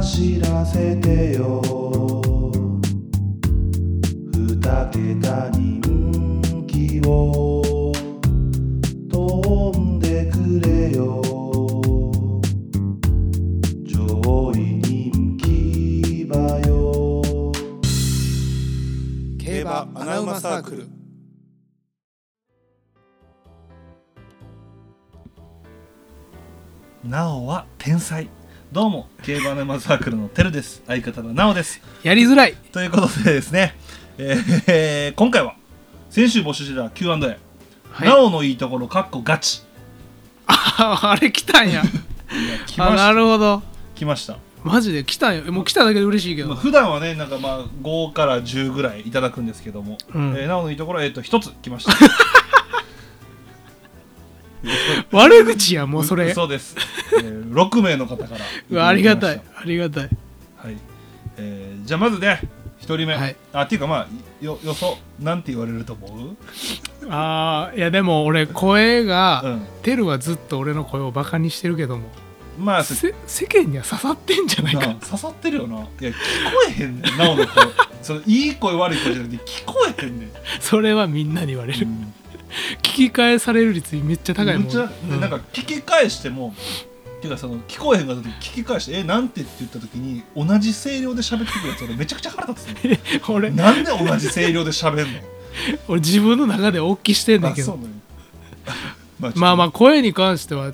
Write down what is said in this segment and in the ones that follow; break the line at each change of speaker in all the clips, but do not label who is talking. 走らせてよ二桁人気を飛んでくれよ上位人気馬よ
競馬アナウマサークル
なおは天才どうも競馬沼サークルのてるです相方のなおです
やりづらい
ということでですね、えーえー今回は先週募集してた Q&A、
はい
なおのいいところかっこガチ
あ あれ来たん や
来
あ
まし
な
た
るほど
来ました、
マジで来たんやもう来ただけで嬉しいけ
まあ、
ど
普段はねなんかまあ5から10ぐらいいただくんですけども、
うん
えーなおのいいところはえっ、と1つ来ま した
悪口やもうそれ
そうです、えー6名の方から
うわありがた
い
い
だきまし
ありがたい
たはい、えーじゃあまずね1人目、
はい
あっていうかまあよ予想なんて言われると思う
あーいやでも俺声が、
うん
テルはずっと俺の声をバカにしてるけども
まあ
せ世間には刺さってんじゃない
な
か
あ刺さってるよないや聞こえへんねんなおの声そのいい声悪い声じゃなくて聞こえへんねん、
それはみんなに言われる、聞き返される率めっちゃ高い
め
も
っ
ん
ちゃ、でなんか聞き返してもていうかその聞こえへんかった時聞き返して「えなんて?」って言った時に同じ声量で喋ってくるやつ俺めちゃくちゃ腹立つ ね
俺
なんで同じ声量で 喋んの
俺自分の中で大きしてんだ
あ
け
そう
ど
なのよまあ
まあま
あ
あ声に関しては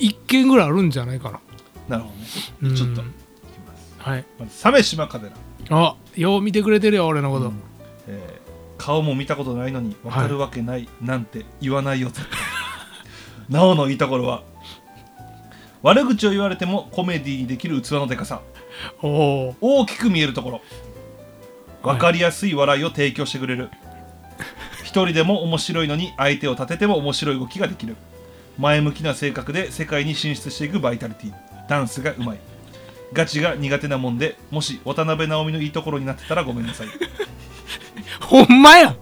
1件ぐらいあるんじゃないかな
なるほど
う
ね
ん
ちょっといきます
はい
まず鮫島カデラ、
あよう見てくれてるよ俺のこと、
えー顔も見たことないのに分かるわけない、なんて言わないよ絶対 なおのいいところは悪口を言われてもコメディにできる器のでかさ
おお
大きく見えるところ分かりやすい笑いを提供してくれる、一人でも面白いのに相手を立てても面白い動きができる前向きな性格で世界に進出していくバイタリティダンスがうまいガチが苦手なもんでもし渡辺直美のいいところになってたらごめんなさい
ほんまやん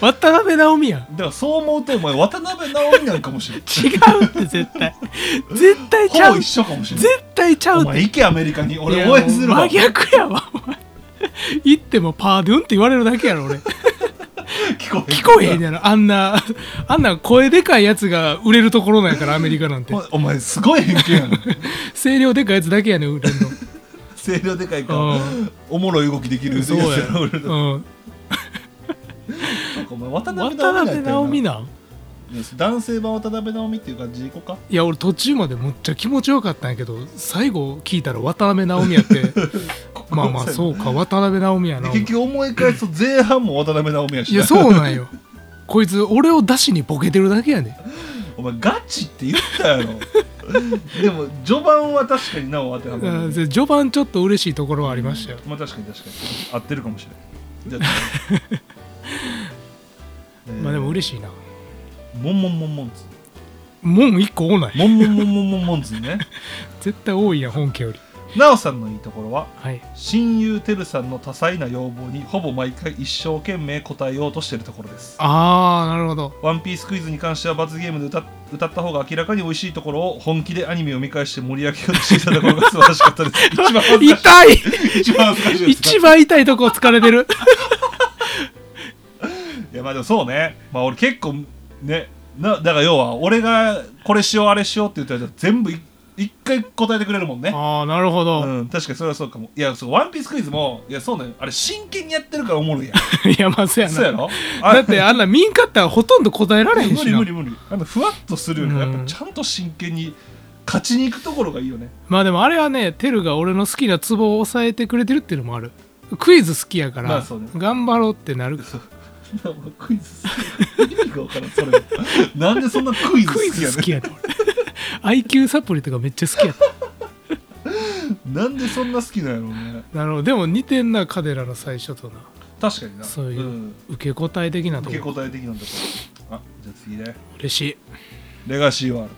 渡辺直美やん
だからそう思うとお前渡辺直美なんかもしれん
違うって絶 対絶対ちゃ
ほ
う
ぼ一緒かもしれん
絶対ちゃ
お
うって
前行けアメリカに
い
俺
や
応援する
も
わ
う真逆やわお前行ってもパーデュンって言われるだけやろ俺
聞こえ
聞こえへんやろあんなあんな声でかいやつが売れるところなんやからアメリカなんて
お前すごい偏見やん
声量でかいやつだけやねん売れるの
声量でかいか
う
ら
ん
おもろい動きできる
そうや
やつやろ俺の
うん
なんかお前渡辺
渡
直美
辺直美
な
なん
男性版渡辺直美っていうかジーコか
いや俺途中までむっちゃ気持ちよかったんやけど最後聞いたら渡辺直美やって まあまあ
う
そうか渡辺直美やな
結
い
局思い返すと前半も渡辺直美やしな
やそうなんよこいつ俺を出しにボケてるだけやね
お前ガチって言った やろでも序盤は確かになお当ては
う
め
ん
る
で序盤ちょっと嬉しいところはありましたよ
まあ確かに確かに合ってるかもしれない じゃあ
まあでも
れ
嬉しいな
モンモンモンモンズ
もん1個多ない
モンモンモンモンモンモンズね
絶対多いやん本家より
なおさんのいいところは
はい
親友てるさんの多彩な要望にほぼ毎回一生懸命答えようとしてるところです
あーなるほ ど
ワンピースクイズに関しては罰ゲームで歌っ歌った方が明らかに美味しいところを本気でアニメを見返して盛り上げようとしていたところが素晴らしかったです 一番恥ずか
痛い
しい一番恥ずかしいです
一番痛いとこ疲れてる
いやまあでもそうねまあ俺結構ねなだから要は俺がこれしようあれしようって言ったら全部い一回答えてくれるもんね
ああなるほど、
うん、確かにそれはそうかもいやそうワンピースクイズもいやそうなのあれ真剣にやってるからおもろいやん
いやまあそうやな
そうやろあ
だってあんな民家ってほとんど答えられへんしな
無理無理無理あのふわっとするよりもやっ
う
ぱ
ん
ちゃんと真剣に勝ちに行くところがいいよね
まあでもあれはねテルが俺の好きなツボを抑えてくれてるっていうのもあるクイズ好きやから、
まあそうね
頑張ろうってなる
クイズ好き意味が分からんそれなんでそんなクイズ
クイ
好きや
ズ好
ね
きやね俺 IQ サプリとかめっちゃ好きやった
んなんでそんな好きなんやろうね
なるほどでも似てんなカデラの最初とな
確かにな、
そういうん受け答え的なと
受け
こ
答え的なんだからあじゃあ次ね
嬉しい
レガシーワール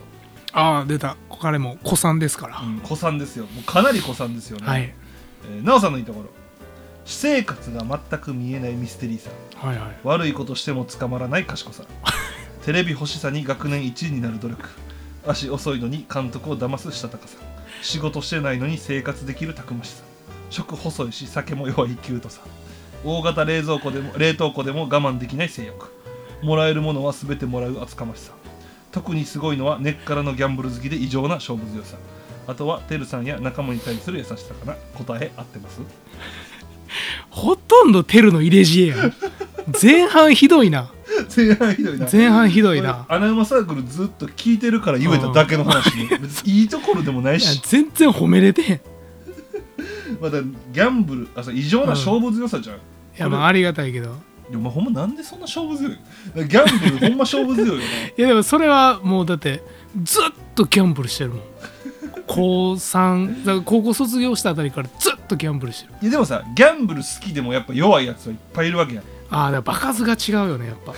ああ出た彼も子さんですから、
ド、うん、古参ですよもうかなり古参ですよね、
はい、
えーなおさんのいいところ私生活が全く見えないミステリーさ
はいはい
悪いことしても捕まらない賢さテレビ欲しさに学年1位になる努力足遅いのに監督を騙すしたたかさ仕事してないのに生活できるたくましさ食細いし酒も弱いキュートさ大型冷蔵庫でも冷凍庫でも我慢できない性欲もらえるものは全てもらう厚かましさ特にすごいのは根っからのギャンブル好きで異常な勝負強さあとはてるさんや仲間に対する優しさかな答え合って ます
ほとんどテルの入れ知恵やん前半ひどいな
前半ひどいな
前半ひどいな
アナウマサークルずっと聞いてるから言えただけの話ね、別にいいところでもない
いや
し
全然褒めれてへんい
まだギャンブルあそう異常な勝負強さじゃん、
やまあありがたいけど
でもほんまなんでそんな勝負強いのギャンブルほんま勝負強いよね
いやでもそれはもうだってずっとギャンブルしてるもん高3だから高校卒業したあたりからずっとギャンブルしてる
いやでもさギャンブル好きでもやっぱ弱いやつはいっぱいいるわけやん
ああだから場数が違うよねやっぱ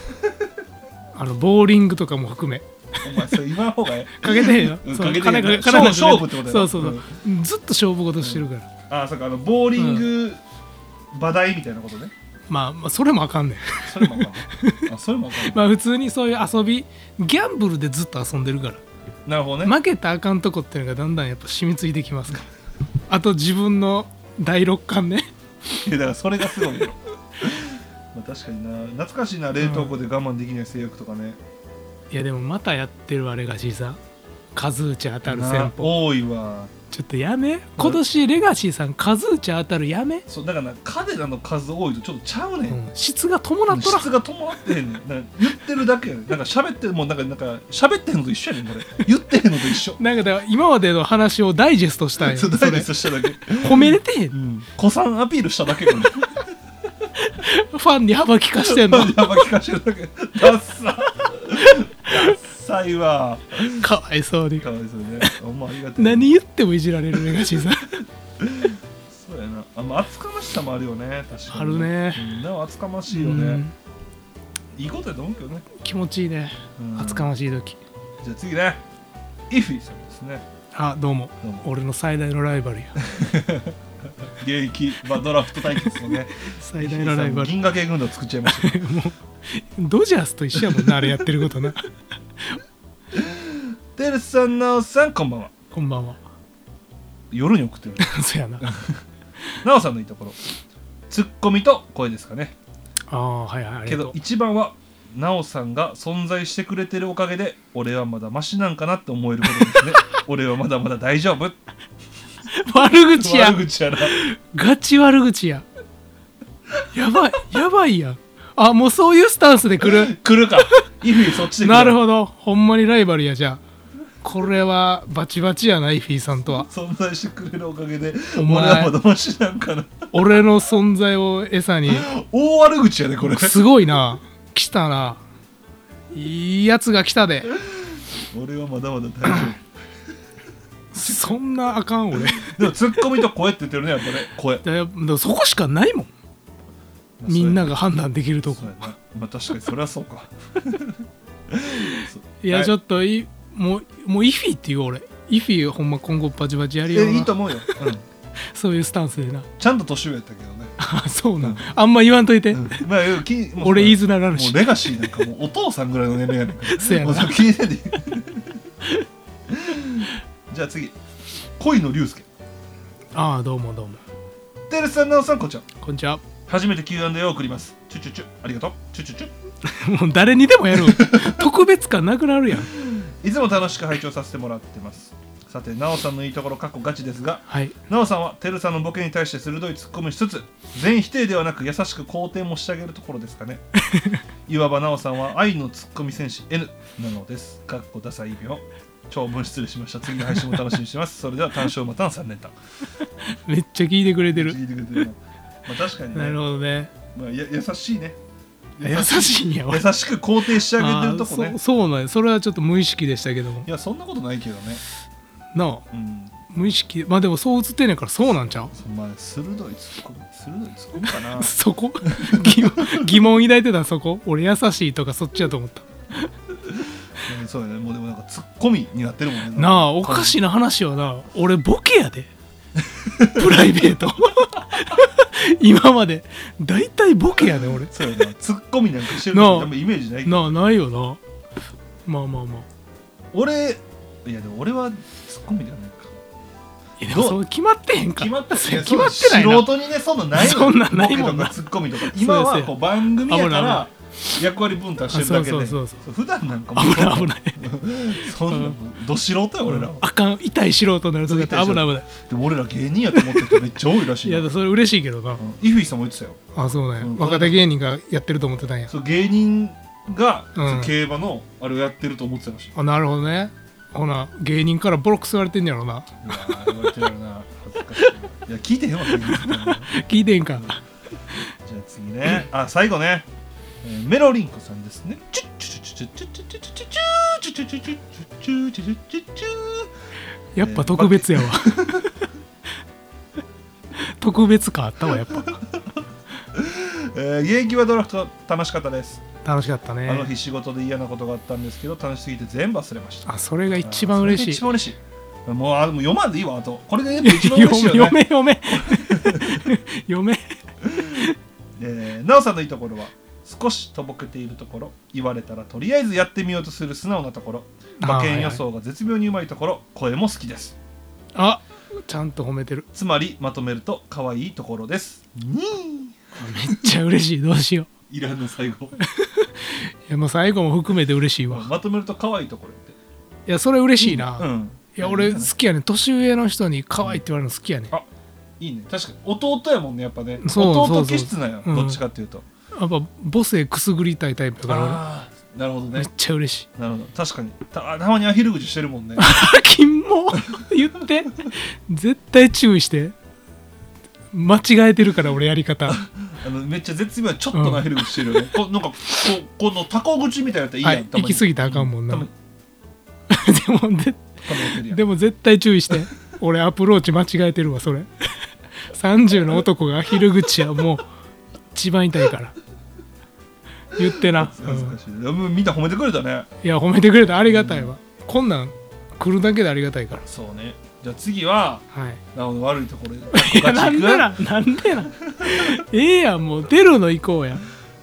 あのボーリングとかも含め
お前それ今の方がええ
かけてへんよ
うん
そう
かけてへん勝
金
負
金なんか
勝負ってことや
そ
ろ
うそうそう、ずっと勝負事してるから、
ああそうかあのボーリング場題みたいなことね
まあ、まあそれもあかんね ん
それもあかんあそれもあかん
まあ普通にそういう遊びギャンブルでずっと遊んでるから
なるほどね、
負けたらあかんとこっていうのがだんだんやっぱ染みついてきますからあと自分の第六感ね
いやだからそれがすごいよまあ確かにな懐かしいな冷凍庫で我慢できない性欲とかね、
いやでもまたやってるわレガシーさん数打ち当たる戦
な
法
多いわ
ちょっとやめ今年レガシーさん数打ち当たるやめ、
そうだからなカデナの数多いとちょっとちゃうねん、
うん質が伴っとらん
質が伴ってへんねんなんか言ってるだけやねんなんか喋ってもうなんかなんか喋ってんのと一緒やねんこれ言ってへんのと一緒
なんかだから今までの話をダイジェストしたんや
そう
そ
ダイジェ
れ
ストしただけ
褒めれてへん
子さんアピールしただけやねん
ファンに幅利かしてんの
やば聞かしてるだけダッサダッサいわ
かわいそうに
かわいそうねほんまありがたい
何言ってもいじられるレガシーさん
そうやなあまあ厚かましさもあるよね確かに
あるね
うんでも厚かましいうよね、
ん
いいことやと思うけどね
気持ちいいね
うん
厚かましい時
じゃあ次ねイフィさんですね
あどうも
どうも
俺の最大のライバル や
現役、まあ、ドラフト対決のね
最 大のライバル
銀河系軍団作っちゃいましたけど
ドジャースと一緒やもんなあれやってることな
テルさんナオさんこんばんは
こん ばんは
夜に送ってる
そやなあ
ナオさんのいいところツッコミと声ですかね
あはいはいあり
け
がと
ど
う
一番はナオさんが存在してくれてるおかげで俺はまだマシなんかなって思えることで すね俺はまだまだ大丈夫
悪口や
悪口やな
ガチ悪口ややばいやばいやんあもうそういうスタンスで来る
来るかイフィそっちで来
なる
ど
ほどほんまにライバルやじゃあこれはバチバチやなイフィーさんとは
存在してくれるおかげで
お
俺
前
はまだマシなんかな
俺の存在を餌に
大悪口やねこれ
すごいな来たないいやつが来たで
俺はまだまだ大丈
そんなあかん俺
夫 でもツッコミと声って言ってるねやっぱね声
だよだそこしかないもんみんなが判断できるとこ
そうやなまあ確かにそれはそうか
いや、
はい
ちょっといもうもうイフィっていう俺イフィほんま今後バチバチや
え
るよない
いと思うよ、うん
そういうスタンス でな
ちゃんと年上やったけどね、
あそうなん、あんま言わんといて、
うんまあ、きもう
俺言いづらなる
も
し
うレガシーなんかもうお父さんぐらいの年齢やねんか
そや
らもう
な
それ気にせんでいいじゃあ次恋の龍介
ああどうもどうも
テレスさんナオさんこんにちは
こんにちは
初めて Q&A を送りますチュチュチュありがとうチュチュチュ
もう誰にで もやる特別感なくなるやん
いつも楽しく拝聴させてもらってますさてナオさんのいいところかっこガチですが
はい
なおさんはてるさんのボケに対して鋭いツッコミをしつつ全否定ではなく優しく肯定もしてあげるところですか ねいわばなおさんは愛のツッコミ戦士 N なのですかっこダサい病長文失礼しました次の配信も楽しみにしてますそれでは単勝またの3連単
めっちゃ聞いてくれてる
聞いてくれてるなまあ確かにね
なるほどね
まあ、や優しいね
優しいんや
優
俺
しく肯定してあげてるとこね
あーそうそうなんやそれはちょっと無意識でしたけども
いやそんなことないけどね
なあ
うん
無意識まあでもそう映ってんねんからそうなんちゃ う
そんまあ鋭いツッコミ鋭いツッコミか な
そこ疑問疑問抱いてたそこ俺優しいとかそっちやと思った
うんそうやねもうでもなんかツッコミになってるもんね
なあおかしいな話はな俺ボケやでプライベート 今まで大体ボケやで俺
そうやな、ツッコミなんかしてる
なあ
の多分イメージないけど
なあないよなまあまあまあ
俺いやでも俺はツッコミではないか
いやでも
どう
そう決まってへんか
決まって
そう決まってない
素
な
人にねそんなんない
そんなんないもんな
ボケとかツッコミとか今はこう番組やか
危な
ら役割分担してるだけ
あそ
で
うそうそう
普段なんかもう
危ない危ない
そんなど素人や俺らは
あかん痛い素人になると危ない危ない
でも俺ら芸人やと思ってる人めっちゃ多いらし
い
いな
やそれ嬉しいけどな
うんイフィさんも言ってたよ
あそうなんや
うん
若手芸人がやってると思ってたんや
そう芸人が、
うん
そう競馬のあれをやってると思ってたらしい
あなるほどねほな芸人からボロクス言われてんねやろな
うわー言われてるな恥ずかしいないや聞いてへんわ芸人さんじゃあ
聞いてんか
次ねあ最後ね、えーメロリンコさんですねチュッチュチュチュチュチュチュチュチュチュチュチュチュチュチュチュチュチュチュチュ
やっぱ特別やわ特別感あったわやっぱ
えー現役はドラフト楽しかったです、
楽しかった
あの日
ね
仕事で嫌なことがあったんですけど楽しすぎて全部忘れました
あそれが一番嬉し
そ
い
れが一番嬉しいもうあもう読まんでいいわあとこれがやっぱ一番嬉しいよね
読 め読め 読め
えー、なおさんのいいところは少しとぼけているところ言われたらとりあえずやってみようとする素直なところ
あー
馬券予想が絶妙にうまいところ声も好きです
あちゃんと褒めてる
つまりまとめると可愛いところですに
めっちゃ嬉しいどうしよう
ーいらんの最後
いやもう最後も含めて嬉しいわ
まとめると可愛いところっ
いやそれ嬉しいな、
てうん
いや俺
いい
好
ね
きやね年上の人に可愛いって言われるの好きやね
あいいね確かに弟やもんねやっぱね
そうそうそう
弟気質なんや
うん
どっちかっていうと、
やっぱ母性くすぐりたいタイプだから
ああなるほど
俺
ね
めっちゃ嬉しい
なるほど確かにたたまにアヒル口してるも んね
あキモ言って絶対注意して間違えてるから俺やり方
あのめっちゃ絶妙なちょっとのアヒル口してるよね、こなんかここのタコ口みたいなやついいやん、
はい
たまに
行き過ぎたらあかんもんな
たまに
でもで
たまにやってるやん
でも絶対注意して俺アプローチ間違えてるわそれ30の男が昼口はもう一番痛いから言ってな、
恥ず
うん
かしい、でもみんな褒めてくれたね
いや褒めてくれたありがたいわ、こんなん来るだけでありがたいから
そうねじゃあ次は
はい
なおの悪いところで
いやなんでななんでなええやんもう出るの行こうや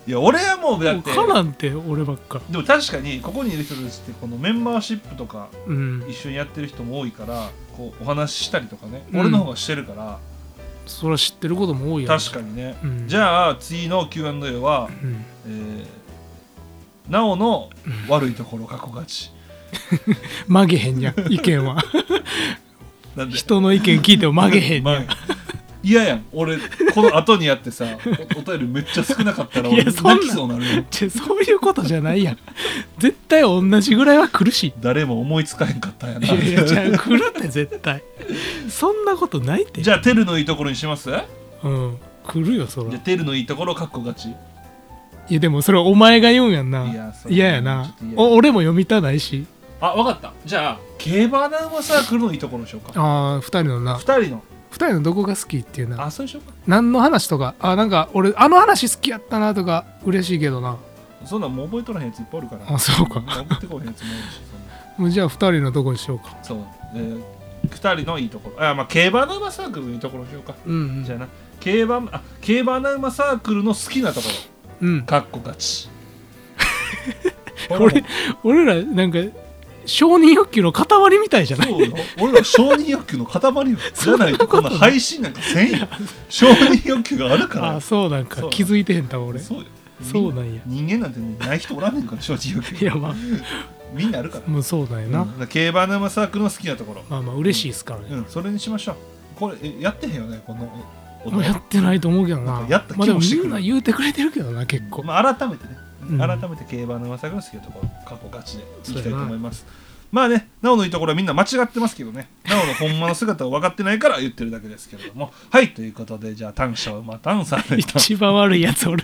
いや俺はもうだって
他なんて俺ばっか
でも確かにここにいる人たちってこのメンバーシップとか
うん
一緒にやってる人も多いからこうお話ししたりとかね、
うん
俺の方がしてるから
そら知ってることも多いやん
確かにね、
うん
じゃあ次の Q&A は、
うん
えーなおの悪いところ過去勝ち
曲げへんやん意 見は
なん で
人の意見聞いても曲げへんやん
まあ嫌やん俺この後にやってさおお便りめっちゃ少なかったら
い
俺
やそんな
泣きそうになるよ
ちょそういうことじゃないやん絶対同じぐらいは苦しい
誰も 思いつかへんかったんや
い
な
やいやじゃあ来るって絶対そんなことないっ て
じゃあテルのいいところにしますじゃ
うん来るよそら
あ
い
テルのいいところかっこ勝ち
やでもそれはお前が言うんやんないい
やそう
嫌や
ち
な
ょっと嫌や
お俺も読みたないし
あわかったじゃあ競馬アナウンサー来るのいいところにしようか
ああ2人のな
二人の
2人のどこが好きっていうな
あそうしよう
何の話とかあなんか俺あの話好きやったなとか嬉しいけどな
かそんなんもう覚えとらへんやついっぱいおるから
あそ うか
送ってこへんやつもおるしそんな
もうじゃあ2人のどこにしようか
そう、えー、2人のいいところあまあ競馬アナウンサークルのいいところにしようか
うんうん
じゃあな競馬あ競馬アナウンサークルの好きなところ
うん
かっこ勝 ち
俺俺らなんか承認欲求の塊みたいじゃない
そうよ俺ら承認欲求の塊よじゃないとこんな配信なんかせん よ承認欲求があるか
あ
ら
あそうなんか
そう
気づいてへんだ俺
そうよ
そうなんや
人間なんてない人おらんねんから承認欲
い
求
やま
みんなあるから
あもうそうだよな、
うん競馬生サークルの好きなところ
まあまあ嬉しいですからね、
うんそれにしましょうこれえやってへんよねこのお
もうやってないと思うけどな
なんかやった気
まあで
も
も
して
み
くる
んな言うてくれてるけどな結構、
まあ、改めてね、
うん
改めて競馬のサークルの好きなところ過去ガチでいきたいと
そうやな
思いますまあね、なおのいいところはみんな間違ってますけどね、なおのほんまの姿を分かってないから言ってるだけですけれども、はい、ということで、じゃあ、短所、まあ、短さんのいいとこ
一番悪いやつ俺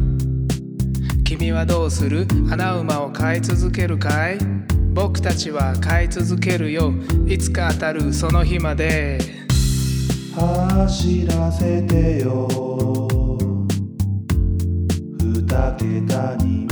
君はどうする穴馬を飼い続けるかい僕たちは買い続けるよいつか当たるその日まで
走らせてよ二桁人